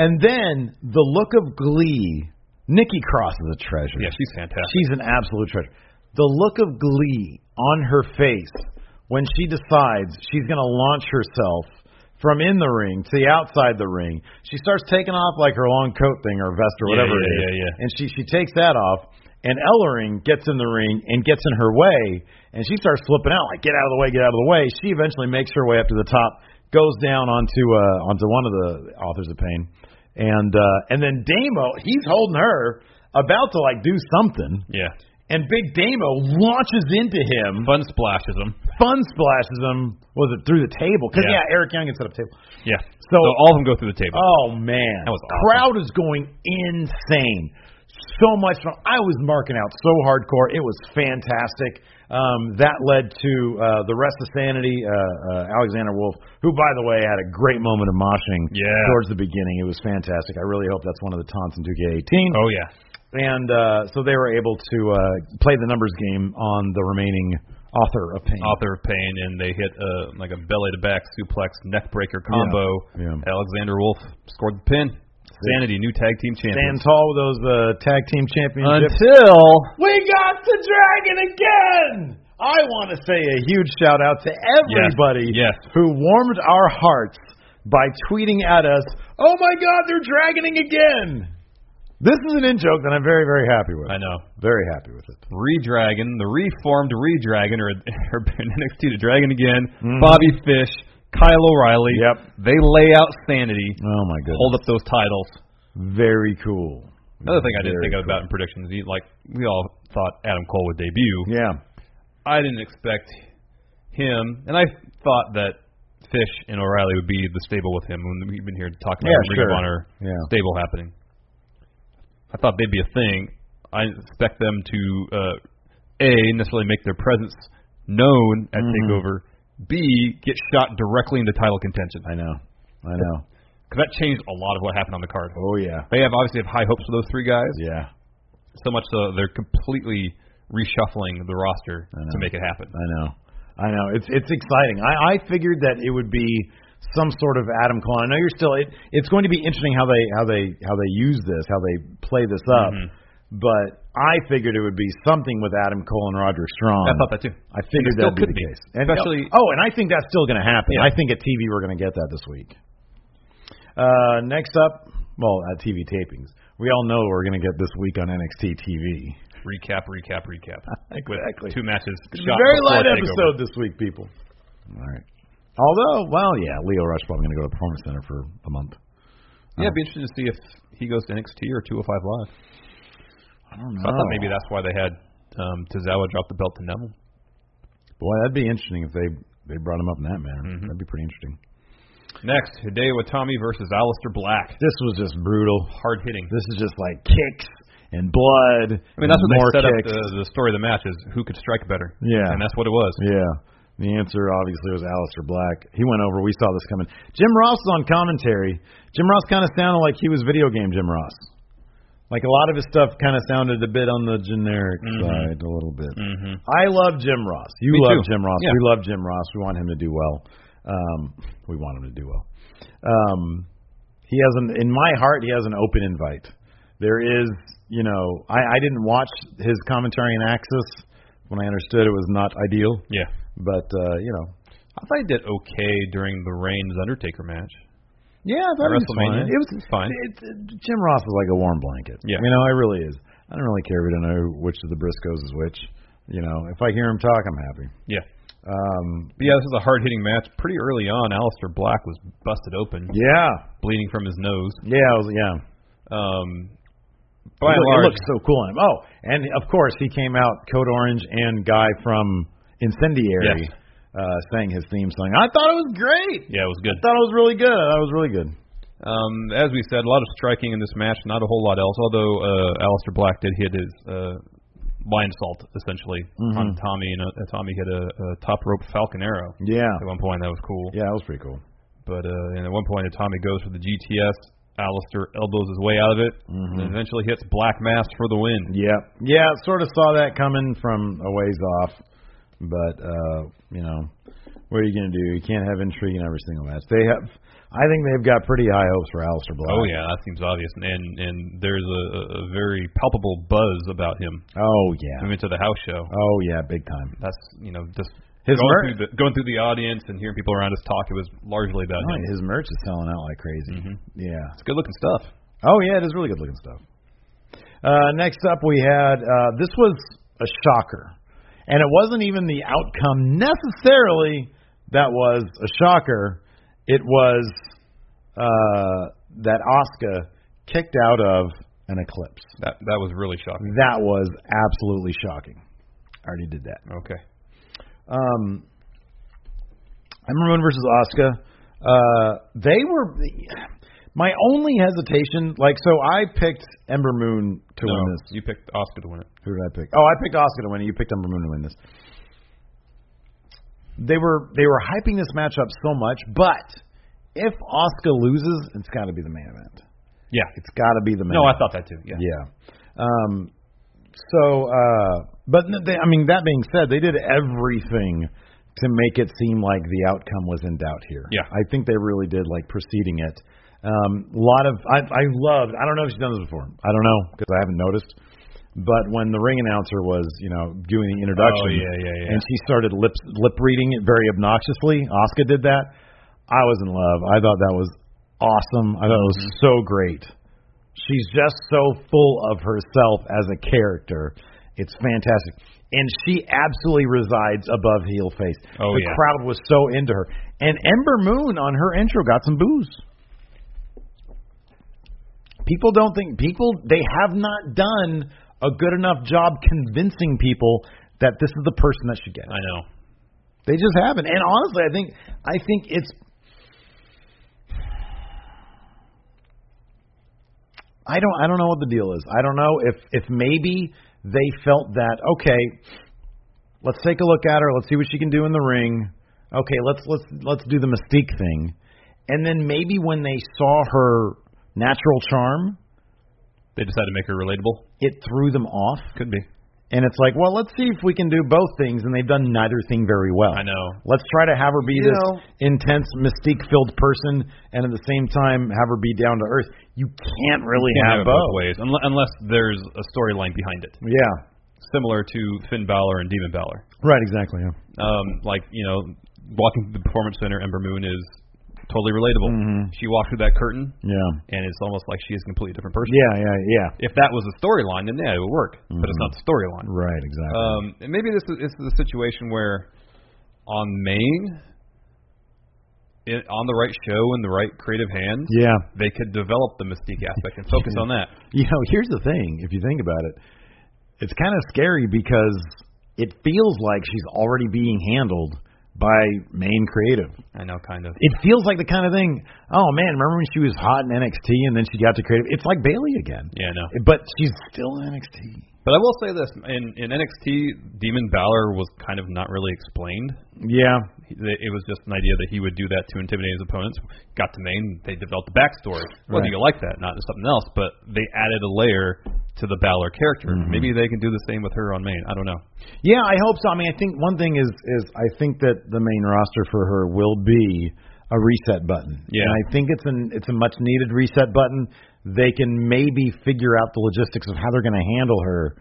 [SPEAKER 1] And then the look of glee. Nikki Cross is a treasure.
[SPEAKER 2] Yeah, she's fantastic.
[SPEAKER 1] She's an absolute treasure. The look of glee on her face when she decides she's going to launch herself from in the ring to the outside the ring. She starts taking off like her long coat thing or vest or
[SPEAKER 2] Yeah,
[SPEAKER 1] whatever
[SPEAKER 2] yeah,
[SPEAKER 1] it is.
[SPEAKER 2] yeah, yeah.
[SPEAKER 1] And she she takes that off and Ellering gets in the ring and gets in her way and she starts flipping out like get out of the way, get out of the way. She eventually makes her way up to the top, goes down onto uh onto one of the authors of pain. And uh and then Damo, he's holding her about to like do something
[SPEAKER 2] yeah.
[SPEAKER 1] and Big Damo launches into him,
[SPEAKER 2] Fun splashes him.
[SPEAKER 1] fun splashes him. Was it through the table? Because yeah.
[SPEAKER 2] Yeah.
[SPEAKER 1] Eric Young had set up table.
[SPEAKER 2] Yeah.
[SPEAKER 1] So-
[SPEAKER 2] So, all of them go through the table.
[SPEAKER 1] Oh man,
[SPEAKER 2] That was awesome.
[SPEAKER 1] crowd is going insane. So much fun. I was marking out so hardcore. It was fantastic. Um, that led to uh, the rest of Sanity. Uh, uh, Alexander Wolf, who by the way had a great moment of moshing
[SPEAKER 2] Yeah.
[SPEAKER 1] towards the beginning. It was fantastic. I really hope that's one of the taunts in 2K18.
[SPEAKER 2] Oh yeah.
[SPEAKER 1] And uh, so they were able to uh, play the numbers game on the remaining author of pain.
[SPEAKER 2] Author of Pain, and they hit uh, like a belly to back suplex neck breaker combo.
[SPEAKER 1] Yeah.
[SPEAKER 2] Alexander Wolf scored the pin. Sanity, new tag team
[SPEAKER 1] Stand
[SPEAKER 2] champions.
[SPEAKER 1] tall with those uh, tag team championships.
[SPEAKER 2] Until
[SPEAKER 1] we got the dragon again. I want to say a huge shout out to everybody
[SPEAKER 2] Yes.
[SPEAKER 1] who warmed our hearts by tweeting at us, "Oh my God, they're dragoning again!" This is an in joke that I'm very, very happy with.
[SPEAKER 2] I know.
[SPEAKER 1] Very happy with it.
[SPEAKER 2] Redragon, the reformed Redragon, or, or NXT to Dragon again, Bobby Fish, Kyle O'Reilly.
[SPEAKER 1] Mm. Yep.
[SPEAKER 2] They lay out sanity,
[SPEAKER 1] Oh my goodness.
[SPEAKER 2] hold up those titles.
[SPEAKER 1] Very cool.
[SPEAKER 2] Another thing I didn't
[SPEAKER 1] Very
[SPEAKER 2] think of about in predictions, you- like we all thought Adam Cole would debut.
[SPEAKER 1] cool. Yeah.
[SPEAKER 2] I didn't expect him, and I thought that Fish and O'Reilly would be the stable with him when we've been here talking about
[SPEAKER 1] Yeah,
[SPEAKER 2] the Ring
[SPEAKER 1] sure.
[SPEAKER 2] of Honor
[SPEAKER 1] Yeah.
[SPEAKER 2] stable happening. I thought they'd be a thing. I didn't expect them to uh, a necessarily make their presence known
[SPEAKER 1] Mm-hmm.
[SPEAKER 2] at Takeover. B get shot directly into title contention
[SPEAKER 1] I know. I know.
[SPEAKER 2] because that changed a lot of what happened on the card.
[SPEAKER 1] Oh yeah.
[SPEAKER 2] They have obviously have high hopes for those three guys,
[SPEAKER 1] Yeah.
[SPEAKER 2] so much so they're completely reshuffling the roster
[SPEAKER 1] know.
[SPEAKER 2] to make it happen.
[SPEAKER 1] I know. I know. It's it's exciting. I, I figured that it would be some sort of Adam Cole. I know you're still. It, it's going to be interesting how they how they how they use this, how they play this up.
[SPEAKER 2] Mm-hmm.
[SPEAKER 1] But I figured it would be something with Adam Cole and Roderick Strong.
[SPEAKER 2] I thought that too.
[SPEAKER 1] I figured
[SPEAKER 2] And it still
[SPEAKER 1] that'd be
[SPEAKER 2] could
[SPEAKER 1] the
[SPEAKER 2] be,
[SPEAKER 1] case. And,
[SPEAKER 2] especially-
[SPEAKER 1] oh, and I think that's still going to happen.
[SPEAKER 2] Yeah.
[SPEAKER 1] I think at TV we're going to get that this week. Uh, next up, well, at TV tapings, we all know we're going to get this week on NXT TV.
[SPEAKER 2] recap, recap, recap.
[SPEAKER 1] Exactly.
[SPEAKER 2] With two matches. shot
[SPEAKER 1] Very
[SPEAKER 2] before
[SPEAKER 1] light
[SPEAKER 2] TakeOver.
[SPEAKER 1] episode this week, people. All right. Although, well, yeah, Leo Rush probably going to go to the Performance Center for a month.
[SPEAKER 2] Yeah, it'd be interesting to see if he goes to NXT or 205 Live.
[SPEAKER 1] I don't know.
[SPEAKER 2] So I thought maybe that's why they had um, Tozawa drop the belt to Neville.
[SPEAKER 1] Boy, that'd be interesting if they they brought him up in that manner.
[SPEAKER 3] Mm-hmm.
[SPEAKER 1] That'd be pretty interesting.
[SPEAKER 2] Next, Hideo Itami versus Aleister Black.
[SPEAKER 1] This was just brutal.
[SPEAKER 2] Hard hitting.
[SPEAKER 1] This is just like kicks and blood.
[SPEAKER 2] I mean, that's what
[SPEAKER 1] more
[SPEAKER 2] they set
[SPEAKER 1] kicks.
[SPEAKER 2] up the, the story of the match is who could strike better.
[SPEAKER 1] Yeah.
[SPEAKER 2] And that's what it was.
[SPEAKER 1] Yeah. The answer obviously was Alistair Black. He went over. We saw this coming. Jim Ross is on commentary. Jim Ross kind of sounded like he was video game Jim Ross. Like a lot of his stuff kind of sounded a bit on the generic side, a little bit.
[SPEAKER 2] Mhm.
[SPEAKER 1] I love Jim Ross. You
[SPEAKER 2] Mm-hmm. Me
[SPEAKER 1] love
[SPEAKER 2] too.
[SPEAKER 1] Jim Ross.
[SPEAKER 2] Yeah.
[SPEAKER 1] We love Jim Ross. We want him to do well. Um, we want him to do well. Um, he has an in my heart he has an open invite. There is, you know, I, I didn't watch his commentary in Axis when I understood it was not ideal,
[SPEAKER 2] Yeah.
[SPEAKER 1] but uh, you know,
[SPEAKER 2] I thought he did okay during the Reigns Undertaker match.
[SPEAKER 1] yeah, I thought
[SPEAKER 2] At
[SPEAKER 1] it was fine.
[SPEAKER 2] WrestleMania,
[SPEAKER 1] It was
[SPEAKER 2] it was fine.
[SPEAKER 1] It's, Jim Ross is like a warm blanket.
[SPEAKER 2] Yeah.
[SPEAKER 1] you know, I really is. I don't really care if I don't know which of the Briscoes is which. You know, if I hear him talk, I'm happy.
[SPEAKER 2] Yeah.
[SPEAKER 1] Um,
[SPEAKER 2] But yeah, this was a hard hitting match. Pretty early on, Aleister Black was busted open,
[SPEAKER 1] yeah,
[SPEAKER 2] bleeding from his nose.
[SPEAKER 1] yeah, I was, yeah.
[SPEAKER 2] Um,
[SPEAKER 1] It
[SPEAKER 2] by and
[SPEAKER 1] look-
[SPEAKER 2] large,
[SPEAKER 1] it looks so cool on him. Oh, and of course he came out code orange and guy from Incendiary
[SPEAKER 2] Yes.
[SPEAKER 1] uh, sang his theme song. I thought it was great.
[SPEAKER 2] yeah, it was good.
[SPEAKER 1] I thought it was really good. I thought it was really good.
[SPEAKER 2] Um, as we said, a lot of striking in this match, not a whole lot else. Although uh, Alistair Black did hit his uh, line salt essentially
[SPEAKER 1] Mm-hmm.
[SPEAKER 2] on Tommy, and uh, Tommy hit a, a top rope Falcon arrow
[SPEAKER 1] Yeah,
[SPEAKER 2] at one point. That was cool.
[SPEAKER 1] yeah, that was pretty cool.
[SPEAKER 2] But uh, and at one point, Tommy goes for the GTS. Alistair elbows his way out of it, and eventually hits Black Mass for the win.
[SPEAKER 1] Mm-hmm. Yeah, yeah, sort of saw that coming from a ways off, but uh, you know, what are you gonna do? You can't have intrigue in every single match. They have, I think they've got pretty high hopes for Alistair Black.
[SPEAKER 2] Oh yeah, that seems obvious, and and, and there's a, a- a very palpable buzz about him.
[SPEAKER 1] oh
[SPEAKER 2] We
[SPEAKER 1] yeah,
[SPEAKER 2] went to the house show.
[SPEAKER 1] oh yeah, big time.
[SPEAKER 2] that's you know just
[SPEAKER 1] His
[SPEAKER 2] going,
[SPEAKER 1] mer-
[SPEAKER 2] through the, going through the audience and hearing people around us talk. It was largely about
[SPEAKER 1] Oh,
[SPEAKER 2] him.
[SPEAKER 1] his merch is selling out like crazy.
[SPEAKER 2] Mm-hmm.
[SPEAKER 1] Yeah,
[SPEAKER 2] It's good looking stuff.
[SPEAKER 1] Oh yeah, it is really good looking stuff. Uh, next up, we had uh, this was a shocker, and it wasn't even the outcome necessarily that was a shocker. It was uh, that Oscar kicked out of an eclipse.
[SPEAKER 2] That that was really shocking.
[SPEAKER 1] That was absolutely shocking. I already did that.
[SPEAKER 2] Okay.
[SPEAKER 1] Um, I remember when versus Asuka. Uh, they were my only hesitation. Like, so I picked Ember Moon to
[SPEAKER 2] No,
[SPEAKER 1] win this.
[SPEAKER 2] you picked Oscar to win it.
[SPEAKER 1] Who did I pick? Oh, I picked Asuka to win it. You picked Ember Moon to win this. They were they were hyping this match up so much, but if Asuka loses, it's got to be the main event.
[SPEAKER 2] Yeah.
[SPEAKER 1] It's got to be the main.
[SPEAKER 2] No, I
[SPEAKER 1] event.
[SPEAKER 2] thought that too. Yeah.
[SPEAKER 1] Yeah. Um, so, uh, but n- they, I mean, that being said, they did everything to make it seem like the outcome was in doubt here.
[SPEAKER 2] Yeah.
[SPEAKER 1] I think they really did like preceding it. Um, a lot of I, I loved. I don't know if she's done this before. I don't know because I haven't noticed. But when the ring announcer was, you know, doing the introduction,
[SPEAKER 2] Oh, yeah, yeah, yeah.
[SPEAKER 1] and she started lip lip reading it very obnoxiously. Oscar did that. I was in love. I thought that was awesome. I thought it was
[SPEAKER 2] Mm-hmm.
[SPEAKER 1] so great. She's just so full of herself as a character. It's fantastic. And she absolutely resides above heel face.
[SPEAKER 2] Oh,
[SPEAKER 1] the
[SPEAKER 2] yeah.
[SPEAKER 1] crowd was so into her. And Ember Moon on her intro got some booze. People don't think people they have not done a good enough job convincing people that this is the person that should get it.
[SPEAKER 2] I know.
[SPEAKER 1] They just haven't. And honestly, I think I think it's I don't I don't know what the deal is. I don't know if if maybe they felt that okay, let's take a look at her, let's see what she can do in the ring. Okay, let's let's let's do the mystique thing. And then maybe when they saw her natural charm,
[SPEAKER 2] They decided to make her relatable.
[SPEAKER 1] it threw them off.
[SPEAKER 2] Could be.
[SPEAKER 1] And it's like, well, let's see if we can do both things, and they've done neither thing very well.
[SPEAKER 2] I know.
[SPEAKER 1] Let's try to have her be
[SPEAKER 4] You
[SPEAKER 1] this
[SPEAKER 4] know-
[SPEAKER 1] intense, mystique-filled person, and at the same time have her be down to earth. You can't really
[SPEAKER 2] Can't
[SPEAKER 1] have
[SPEAKER 2] have it both
[SPEAKER 1] both.
[SPEAKER 2] ways, unle- unless there's a storyline behind it,
[SPEAKER 1] Yeah,
[SPEAKER 2] similar to Finn Balor and Demon Balor.
[SPEAKER 1] right. Exactly. Yeah.
[SPEAKER 2] um, like you know, walking through the performance center, Ember Moon is totally relatable. She walked through that curtain,
[SPEAKER 1] Yeah.
[SPEAKER 2] and it's almost like she is a completely different person.
[SPEAKER 1] Yeah. Yeah. Yeah.
[SPEAKER 2] If that was a storyline, then yeah, it would work. But it's not the storyline.
[SPEAKER 1] Right. Exactly.
[SPEAKER 2] Um, and maybe this is, this is a situation where on Maine, it, on the right show and the right creative hands,
[SPEAKER 1] yeah.
[SPEAKER 2] they could develop the mystique aspect and focus on that.
[SPEAKER 1] You know, here's the thing. If you think about it, it's kind of scary because it feels like she's already being handled by main creative.
[SPEAKER 2] I know, kind of.
[SPEAKER 1] It feels like the kind of thing. Oh man, remember when she was hot in NXT and then she got to creative? It's like Bailey again.
[SPEAKER 2] Yeah, I know.
[SPEAKER 1] But she's still in NXT.
[SPEAKER 2] But I will say this: in, in NXT, Demon Balor was kind of not really explained.
[SPEAKER 1] Yeah.
[SPEAKER 2] He- that it was just an idea that he would do that to intimidate his opponents. Got to Maine, they developed a backstory. Whether
[SPEAKER 1] Right.
[SPEAKER 2] you like that, not something else, but they added a layer to the Balor character. Maybe they can do the same with her on Maine. I don't know.
[SPEAKER 1] Yeah, I hope so. I mean, I think one thing is is I think that the main roster for her will be a reset button.
[SPEAKER 2] Yeah.
[SPEAKER 1] And I think it's an it's a much needed reset button. They can maybe figure out the logistics of how they're going to handle her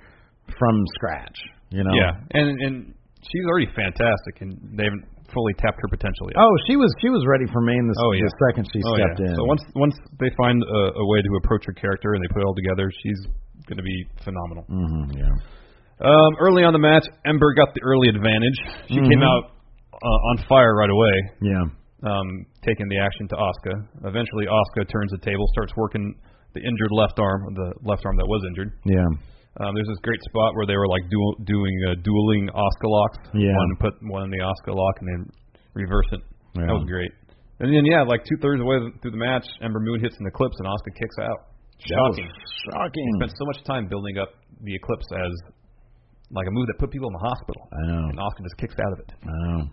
[SPEAKER 1] from scratch. You know.
[SPEAKER 2] Yeah, Um, and and she's already fantastic, and they haven't fully tapped her potential yet.
[SPEAKER 1] Oh, she was she was ready for Maine the,
[SPEAKER 2] Oh, yeah.
[SPEAKER 1] the second she
[SPEAKER 2] Oh,
[SPEAKER 1] stepped
[SPEAKER 2] yeah.
[SPEAKER 1] in.
[SPEAKER 2] So once once they find a, a way to approach her character and they put it all together, she's going to be phenomenal.
[SPEAKER 1] Mhm, yeah.
[SPEAKER 2] Um, early on in the match, Ember got the early advantage. She came out uh, on fire right away.
[SPEAKER 1] Yeah.
[SPEAKER 2] um, taking the action to Asuka. Eventually, Asuka turns the table, starts working the injured left arm, the left arm that was injured.
[SPEAKER 1] Yeah.
[SPEAKER 2] Um, there's this great spot where they were like du- doing uh, dueling Asuka locks.
[SPEAKER 1] Yeah.
[SPEAKER 2] One put one in the Asuka lock and then reverse it.
[SPEAKER 1] Yeah.
[SPEAKER 2] That was great. And then yeah, like two thirds of the way through the match, Ember Moon hits an eclipse and Asuka kicks out. Shocking.
[SPEAKER 1] Shocking.
[SPEAKER 2] Spent so much time building up the eclipse as like a move that put people in the hospital.
[SPEAKER 1] I know.
[SPEAKER 2] And Asuka just kicks out of it.
[SPEAKER 1] Wow.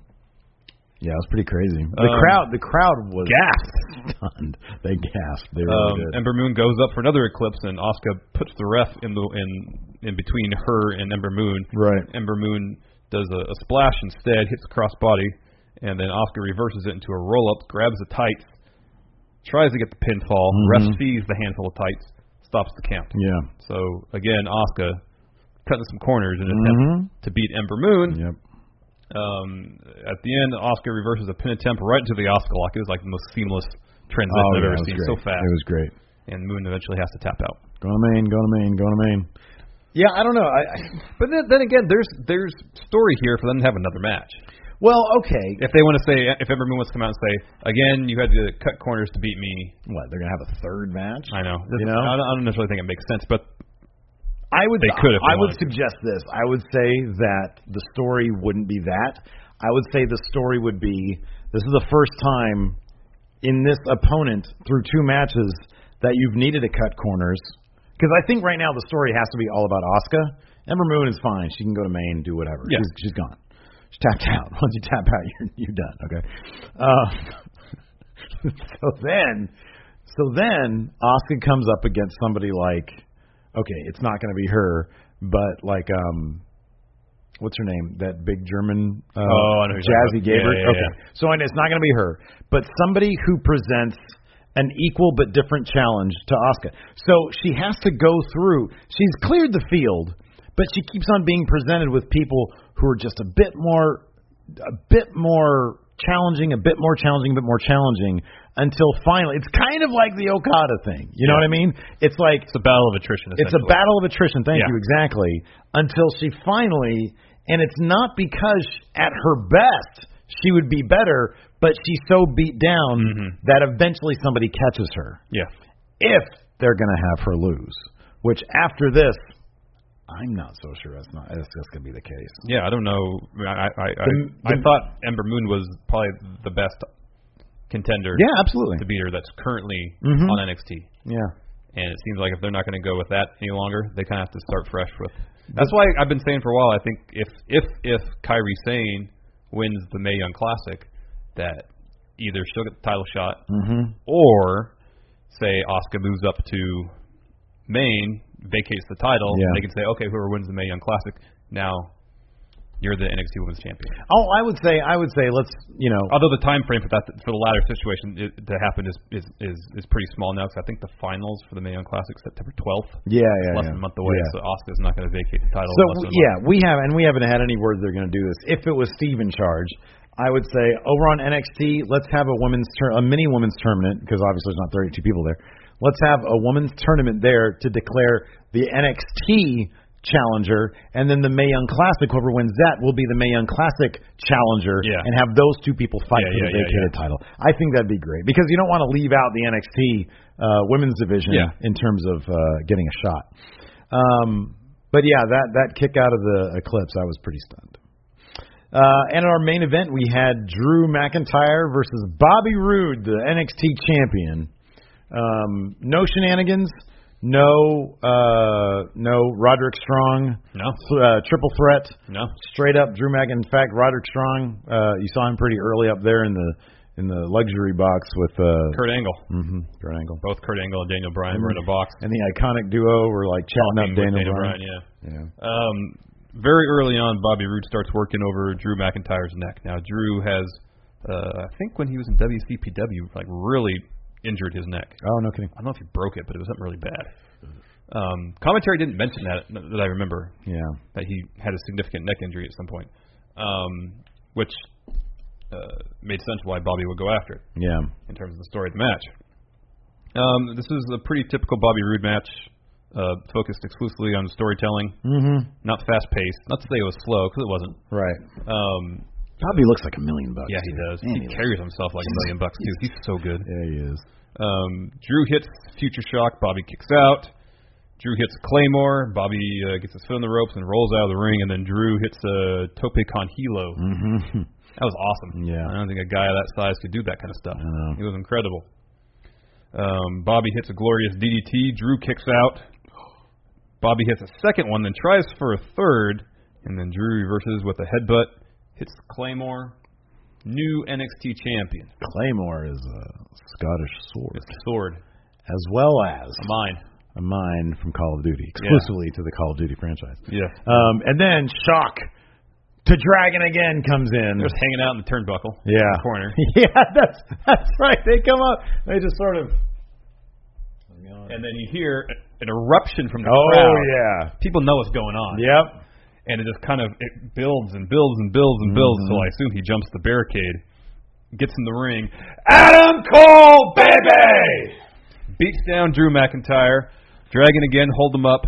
[SPEAKER 1] Yeah, it was pretty crazy. The
[SPEAKER 2] Um,
[SPEAKER 1] crowd, the crowd was
[SPEAKER 2] gasped.
[SPEAKER 1] stunned. They gasped. They really
[SPEAKER 2] Um,
[SPEAKER 1] did.
[SPEAKER 2] Ember Moon goes up for another eclipse, and Oscar puts the ref in the in in between her and Ember Moon.
[SPEAKER 1] Right.
[SPEAKER 2] Ember Moon does a, a splash instead, hits the crossbody, and then Oscar reverses it into a roll up, grabs the tights, tries to get the pinfall.
[SPEAKER 1] Mm-hmm.
[SPEAKER 2] Ref sees the handful of tights, stops the count.
[SPEAKER 1] Yeah.
[SPEAKER 2] So again, Oscar cutting some corners in an
[SPEAKER 1] Mm-hmm.
[SPEAKER 2] attempt to beat Ember Moon.
[SPEAKER 1] Yep.
[SPEAKER 2] Um, at the end, Oscar reverses a pin attempt right into the Oscar lock. It was like the most seamless transition
[SPEAKER 1] Oh,
[SPEAKER 2] I've
[SPEAKER 1] yeah,
[SPEAKER 2] ever
[SPEAKER 1] it was
[SPEAKER 2] seen.
[SPEAKER 1] great.
[SPEAKER 2] So fast
[SPEAKER 1] It was great.
[SPEAKER 2] and Moon eventually has to tap out.
[SPEAKER 1] Going to Maine. Going to Maine. Going to Maine. Yeah, I don't know. I, I
[SPEAKER 2] But then, then again, there's there's story here for them to have another match.
[SPEAKER 1] well, okay.
[SPEAKER 2] If they want to say, if Ember Moon wants to come out and say, again, you had to cut corners to beat me.
[SPEAKER 1] What they're going to have a third match?
[SPEAKER 2] I know.
[SPEAKER 1] You know?
[SPEAKER 2] I don't, I don't necessarily think it makes sense, but
[SPEAKER 1] I would.
[SPEAKER 2] They could if they
[SPEAKER 1] I would
[SPEAKER 2] wanted to.
[SPEAKER 1] suggest this. I would say that the story wouldn't be that. I would say the story would be this is the first time in this opponent through two matches that you've needed to cut corners. Because I think right now the story has to be all about Oscar. Ember Moon is fine. She can go to Maine, do whatever.
[SPEAKER 2] Yeah.
[SPEAKER 1] She's, she's gone. She tapped out. Once you tap out, you're you're done. Okay. Um, Uh, so then, so then Oscar comes up against somebody like okay, it's not going to be her, but like um, what's her name? That big German uh,
[SPEAKER 2] Oh, I know who you're
[SPEAKER 1] Jazzy
[SPEAKER 2] talking about.
[SPEAKER 1] Gaber.
[SPEAKER 2] Yeah, yeah,
[SPEAKER 1] okay, so and it's not going to be her, but somebody who presents an equal but different challenge to Oscar. So she has to go through. She's cleared the field, but she keeps on being presented with people who are just a bit more, a bit more challenging, a bit more challenging, a bit more challenging. Until finally, it's kind of like the Okada thing. You know what I mean? It's like
[SPEAKER 2] It's a battle of attrition.
[SPEAKER 1] it's a
[SPEAKER 2] essentially.
[SPEAKER 1] battle of attrition. Thank
[SPEAKER 2] Yeah.
[SPEAKER 1] you exactly. Until she finally, and it's not because at her best she would be better, but she's so beat down
[SPEAKER 2] Mm-hmm.
[SPEAKER 1] that eventually somebody catches her.
[SPEAKER 2] Yeah.
[SPEAKER 1] If they're going to have her lose, which after this, I'm not so sure that's not that's just going to be the case.
[SPEAKER 2] Yeah, I don't know. I I I,
[SPEAKER 1] The-
[SPEAKER 2] I, I
[SPEAKER 1] the-
[SPEAKER 2] thought Ember Moon was probably the best contender
[SPEAKER 1] Yeah, absolutely.
[SPEAKER 2] to beat her that's currently
[SPEAKER 1] Mhm.
[SPEAKER 2] on NXT.
[SPEAKER 1] Yeah.
[SPEAKER 2] And it seems like if they're not going to go with that any longer, they kind of have to start fresh with. That's why I've been saying for a while. I think if if if Kyrie Sane wins the Mae Young Classic, that either she'll get the title shot, or say Oscar moves up to Maine, vacates the title,
[SPEAKER 1] Yeah.
[SPEAKER 2] and they can say, okay, whoever wins the Mae Young Classic, now you're the NXT Women's Champion.
[SPEAKER 1] Oh, I would say I would say let's you know
[SPEAKER 2] Although the time frame for that for the latter situation i- to happen is is is, is pretty small now, because I think the finals for the Mae Young Classic is September 12th.
[SPEAKER 1] yeah yeah
[SPEAKER 2] less
[SPEAKER 1] yeah.
[SPEAKER 2] than a month away,
[SPEAKER 1] Yeah.
[SPEAKER 2] so Oscar's not going to vacate the title. in less
[SPEAKER 1] So
[SPEAKER 2] than a month.
[SPEAKER 1] yeah, we have, and we haven't had any word they're going to do this. If it was Steve in charge, I would say over on NXT, let's have a women's tur- a mini women's tournament because obviously there's not 32 people there. Let's have a women's tournament there to declare the NXT challenger, and then the Mae Young Classic. Whoever wins that will be the Mae Young Classic challenger,
[SPEAKER 2] Yeah.
[SPEAKER 1] and have those two people fight
[SPEAKER 2] Yeah,
[SPEAKER 1] for the
[SPEAKER 2] yeah, yeah,
[SPEAKER 1] vacated title. I think that'd be great because you don't want to leave out the NXT uh, women's division
[SPEAKER 2] Yeah.
[SPEAKER 1] in terms of uh, getting a shot. Um, but yeah, that that kick out of the eclipse, I was pretty stunned. Uh, and in our main event, we had Drew McIntyre versus Bobby Roode, the NXT champion. Um, no shenanigans, no uh, no Roderick Strong,
[SPEAKER 2] No.
[SPEAKER 1] th- uh, triple threat,
[SPEAKER 2] No.
[SPEAKER 1] straight up Drew Mc. In fact, Roderick Strong, uh, you saw him pretty early up there in the in the luxury box with uh,
[SPEAKER 2] Kurt Angle,
[SPEAKER 1] hmm Kurt Angle.
[SPEAKER 2] both Kurt Angle and Daniel Bryan were in a box.
[SPEAKER 1] And the iconic duo were like chatting up
[SPEAKER 2] with
[SPEAKER 1] Mm. Oh, Daniel,
[SPEAKER 2] Bryan,
[SPEAKER 1] Bryan.
[SPEAKER 2] yeah.
[SPEAKER 1] Yeah.
[SPEAKER 2] Um, very early on, Bobby Roode starts working over Drew McIntyre's neck. Now Drew has, uh, I think when he was in WCPW, like really injured his neck.
[SPEAKER 1] Oh, no kidding.
[SPEAKER 2] I don't know if he broke it, but it was something really bad. Um, commentary didn't mention that that I remember.
[SPEAKER 1] Yeah.
[SPEAKER 2] that he had a significant neck injury at some point, um, which uh, made sense why Bobby would go after it
[SPEAKER 1] Yeah.
[SPEAKER 2] in terms of the story of the match. Um, this is a pretty typical Bobby Roode match, uh, focused exclusively on storytelling,
[SPEAKER 1] Mm-hmm.
[SPEAKER 2] not fast paced. Not to say it was slow, because it wasn't.
[SPEAKER 1] Right.
[SPEAKER 2] Um,
[SPEAKER 1] Bobby looks like a million bucks.
[SPEAKER 2] yeah, he does.
[SPEAKER 1] Man,
[SPEAKER 2] He carries himself like a million bucks too. He's so good.
[SPEAKER 1] Yeah, he is.
[SPEAKER 2] Um, Drew hits Future Shock. Bobby kicks out. Drew hits Claymore. Bobby uh, gets his foot on the ropes and rolls out of the ring. And then Drew hits a tope con hilo.
[SPEAKER 1] Mm-hmm.
[SPEAKER 2] That was awesome.
[SPEAKER 1] Yeah.
[SPEAKER 2] I don't think a guy of that size could do that kind of stuff.
[SPEAKER 1] I know.
[SPEAKER 2] It was incredible. Um, Bobby hits a glorious DDT. Drew kicks out. Bobby hits a second one, then tries for a third, and then Drew reverses with a headbutt, hits Claymore. New NXT champion.
[SPEAKER 1] Claymore is a Scottish sword,
[SPEAKER 2] It's a sword.
[SPEAKER 1] as well as
[SPEAKER 2] Mine.
[SPEAKER 1] a mine from Call of Duty, exclusively to the Call of Duty franchise.
[SPEAKER 2] Yeah.
[SPEAKER 1] Um, and then Shock to Dragon again comes in.
[SPEAKER 2] Just hanging out in the turnbuckle.
[SPEAKER 1] yeah.
[SPEAKER 2] In the corner.
[SPEAKER 1] yeah, that's that's right. They come up. They just sort of.
[SPEAKER 2] And then you hear an eruption from the
[SPEAKER 1] Uh-huh. Oh
[SPEAKER 2] crowd.
[SPEAKER 1] yeah.
[SPEAKER 2] People know what's going on.
[SPEAKER 1] Yep.
[SPEAKER 2] and it just kind of it builds and builds and builds and builds until
[SPEAKER 1] Mm-hmm.
[SPEAKER 2] I assume he jumps the barricade, gets in the ring,
[SPEAKER 3] Adam Cole, baby!
[SPEAKER 2] beats down Drew McIntyre, Dragon again, hold him up,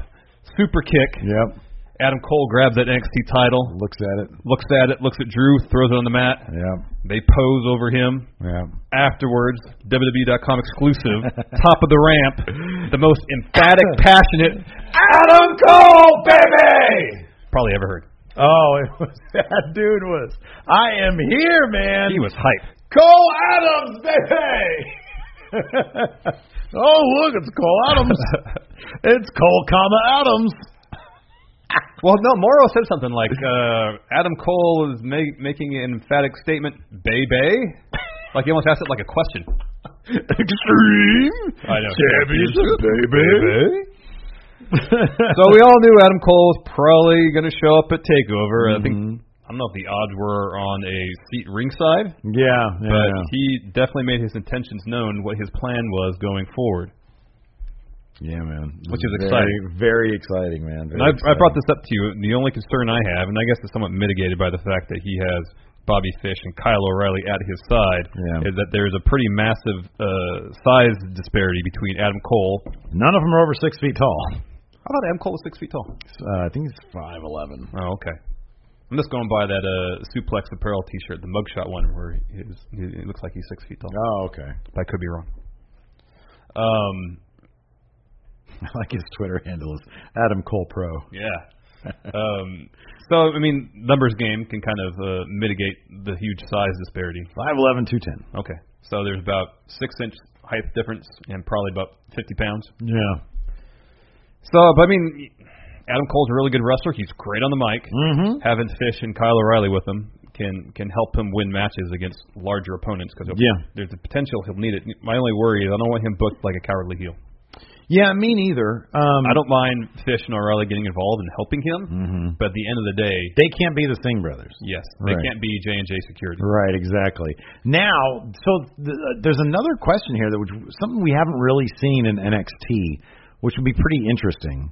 [SPEAKER 2] super kick.
[SPEAKER 1] Yep.
[SPEAKER 2] Adam Cole grabs that NXT title,
[SPEAKER 1] Looks at it.
[SPEAKER 2] looks at it, looks at Drew, throws it on the mat.
[SPEAKER 1] Yep.
[SPEAKER 2] They pose over him.
[SPEAKER 1] Yep.
[SPEAKER 2] Afterwards, WWE.com exclusive, top of the ramp, the most emphatic, passionate
[SPEAKER 3] Adam Cole, baby!
[SPEAKER 2] probably ever heard.
[SPEAKER 1] Oh, it was that dude was. I am here, man.
[SPEAKER 2] He was hype.
[SPEAKER 3] Cole Adams, baby!
[SPEAKER 1] oh, look, it's Cole Adams. it's Cole, comma Adams.
[SPEAKER 2] Well, no, Morrow said something like uh, Adam Cole is ma- making an emphatic statement, "Bay Bay," like he almost asked it like a question.
[SPEAKER 1] Extreme
[SPEAKER 2] I know.
[SPEAKER 1] championship, baby.
[SPEAKER 2] so we all knew Adam Cole's probably going to show up at Takeover. I think I don't know if the odds were on a seat ringside,
[SPEAKER 1] Yeah, yeah.
[SPEAKER 2] but
[SPEAKER 1] yeah.
[SPEAKER 2] he definitely made his intentions known what his plan was going forward.
[SPEAKER 1] Yeah, man.
[SPEAKER 2] Which is
[SPEAKER 1] Very-
[SPEAKER 2] exciting.
[SPEAKER 1] Very exciting, man. Very
[SPEAKER 2] And I, I
[SPEAKER 1] exciting.
[SPEAKER 2] brought this up to you. The only concern I have, and I guess it's somewhat mitigated by the fact that he has Bobby Fish and Kyle O'Reilly at his side,
[SPEAKER 1] Yeah.
[SPEAKER 2] is that there's a pretty massive uh, size disparity between Adam Cole.
[SPEAKER 1] None of them are over six feet tall.
[SPEAKER 2] How about Adam Cole was six feet tall?
[SPEAKER 1] Uh, I think it's five eleven.
[SPEAKER 2] Oh, okay. I'm just going by that uh, suplex apparel T-shirt, the mugshot one, where he, is, he it looks like he's six feet tall.
[SPEAKER 1] Oh, okay.
[SPEAKER 2] But I could be wrong. Um,
[SPEAKER 1] I like his Twitter handle is Adam Cole Pro.
[SPEAKER 2] Yeah. um, so I mean, numbers game can kind of uh, mitigate the huge size disparity.
[SPEAKER 1] Five eleven, two ten.
[SPEAKER 2] Okay. So there's about six inch height difference and probably about 50 pounds.
[SPEAKER 1] Yeah.
[SPEAKER 2] So, but I mean, Adam Cole's a really good wrestler. He's great on the mic.
[SPEAKER 1] Mm-hmm.
[SPEAKER 2] Having Fish and Kyle O'Reilly with him can can help him win matches against larger opponents because
[SPEAKER 1] Yeah.
[SPEAKER 2] there's the potential he'll need it. My only worry is I don't want him booked like a cowardly heel.
[SPEAKER 1] Yeah, me neither. Um,
[SPEAKER 2] I don't mind Fish and O'Reilly getting involved and helping him,
[SPEAKER 1] Mhm.
[SPEAKER 2] but at the end of the day,
[SPEAKER 1] They can't be the Singh brothers.
[SPEAKER 2] Yes, they
[SPEAKER 1] Right.
[SPEAKER 2] can't be J and J security.
[SPEAKER 1] Right, exactly. Now, so th- uh, there's another question here that which something we haven't really seen in NXT, which would be pretty interesting.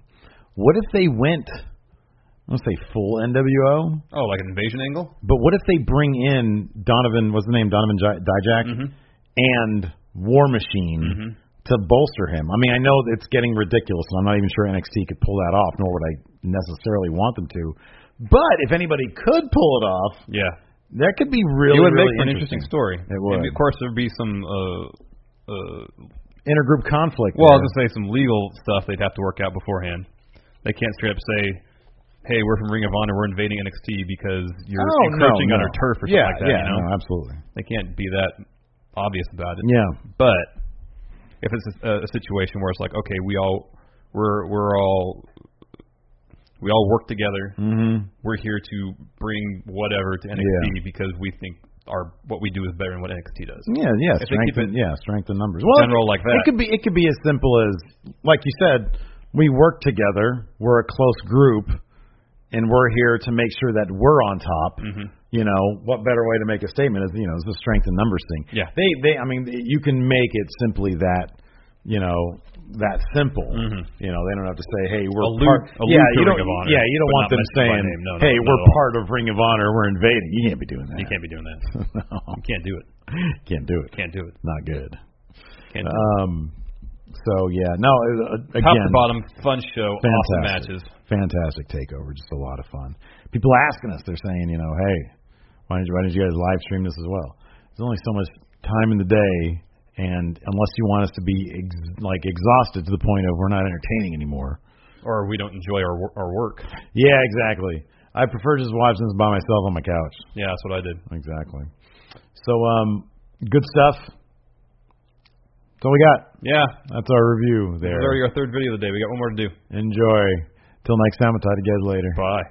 [SPEAKER 1] What if they went, I don't say full NWO,
[SPEAKER 2] Oh, like an invasion angle?
[SPEAKER 1] but what if they bring in Donovan? What's the name? Donovan J- Dijak
[SPEAKER 2] Mm-hmm.
[SPEAKER 1] and War Machine to bolster him. I mean, I know it's getting ridiculous, and I'm not even sure NXT could pull that off, nor would I necessarily want them to. But if anybody could pull it off,
[SPEAKER 2] Yeah,
[SPEAKER 1] that could be really,
[SPEAKER 2] it would
[SPEAKER 1] really
[SPEAKER 2] make for an interesting story.
[SPEAKER 1] It would.
[SPEAKER 2] And of course, there'd be some. Uh, uh,
[SPEAKER 1] intergroup conflict.
[SPEAKER 2] well, I was
[SPEAKER 1] there.
[SPEAKER 2] gonna say some legal stuff they'd have to work out beforehand. They can't straight up say, "Hey, we're from Ring of Honor. We're invading NXT because you're
[SPEAKER 1] Oh, no,
[SPEAKER 2] encroaching on
[SPEAKER 1] no.
[SPEAKER 2] our turf or
[SPEAKER 1] yeah,
[SPEAKER 2] something like that."
[SPEAKER 1] yeah,
[SPEAKER 2] you know?
[SPEAKER 1] no, absolutely.
[SPEAKER 2] They can't be that obvious about it.
[SPEAKER 1] Yeah,
[SPEAKER 2] But if it's a, a situation where it's like, okay, we all we're we're all we all work together.
[SPEAKER 1] mm-hmm.
[SPEAKER 2] we're here to bring whatever to NXT because we think our what we do is better than what NXT does.
[SPEAKER 1] yeah, yeah.
[SPEAKER 2] If they keep
[SPEAKER 1] Strength, and,
[SPEAKER 2] it
[SPEAKER 1] yeah, strength and numbers. Well,
[SPEAKER 2] general like
[SPEAKER 1] it
[SPEAKER 2] that.
[SPEAKER 1] could be it could be as simple as like you said, we work together. We're a close group, and we're here to make sure that we're on top.
[SPEAKER 2] Mm-hmm.
[SPEAKER 1] You know, what better way to make a statement is you know it's a strength and numbers thing.
[SPEAKER 2] Yeah.
[SPEAKER 1] they they. I mean, you can make it simply that. You know that simple.
[SPEAKER 2] Mhm.
[SPEAKER 1] You know they don't have to say, "Hey, we're
[SPEAKER 2] Allude-
[SPEAKER 1] part."
[SPEAKER 2] allude
[SPEAKER 1] Yeah,
[SPEAKER 2] to
[SPEAKER 1] you don't.
[SPEAKER 2] Ring of Honor,
[SPEAKER 1] yeah, you don't
[SPEAKER 2] but
[SPEAKER 1] want
[SPEAKER 2] not
[SPEAKER 1] them
[SPEAKER 2] mention by
[SPEAKER 1] saying,
[SPEAKER 2] name. No, no,
[SPEAKER 1] "Hey,
[SPEAKER 2] not
[SPEAKER 1] we're
[SPEAKER 2] at all.
[SPEAKER 1] part of Ring of Honor. We're invading." You can't be doing that.
[SPEAKER 2] You can't be doing that.
[SPEAKER 1] no,
[SPEAKER 2] You can't do it.
[SPEAKER 1] can't do it.
[SPEAKER 2] Can't do it.
[SPEAKER 1] Not good.
[SPEAKER 2] Can't do it.
[SPEAKER 1] Um. So yeah, no. uh, Again,
[SPEAKER 2] Top to bottom, fun show, awesome
[SPEAKER 1] fantastic,
[SPEAKER 2] matches.
[SPEAKER 1] fantastic takeover, just a lot of fun. People asking us, they're saying, you know, hey, why didn't you, why didn't you guys live stream this as well? There's only so much time in the day, and unless you want us to be ex- like exhausted to the point of we're not entertaining anymore.
[SPEAKER 2] Or we don't enjoy our wor- our work.
[SPEAKER 1] Yeah, exactly. I prefer just watching this by myself on my couch.
[SPEAKER 2] Yeah, that's what I did.
[SPEAKER 1] Exactly. So, um, good stuff. That's all we got.
[SPEAKER 2] Yeah,
[SPEAKER 1] That's our review
[SPEAKER 2] this
[SPEAKER 1] there.
[SPEAKER 2] is already our third video of the day. We got one more to do.
[SPEAKER 1] Enjoy. Till next time, we'll talk to you guys later.
[SPEAKER 2] Bye.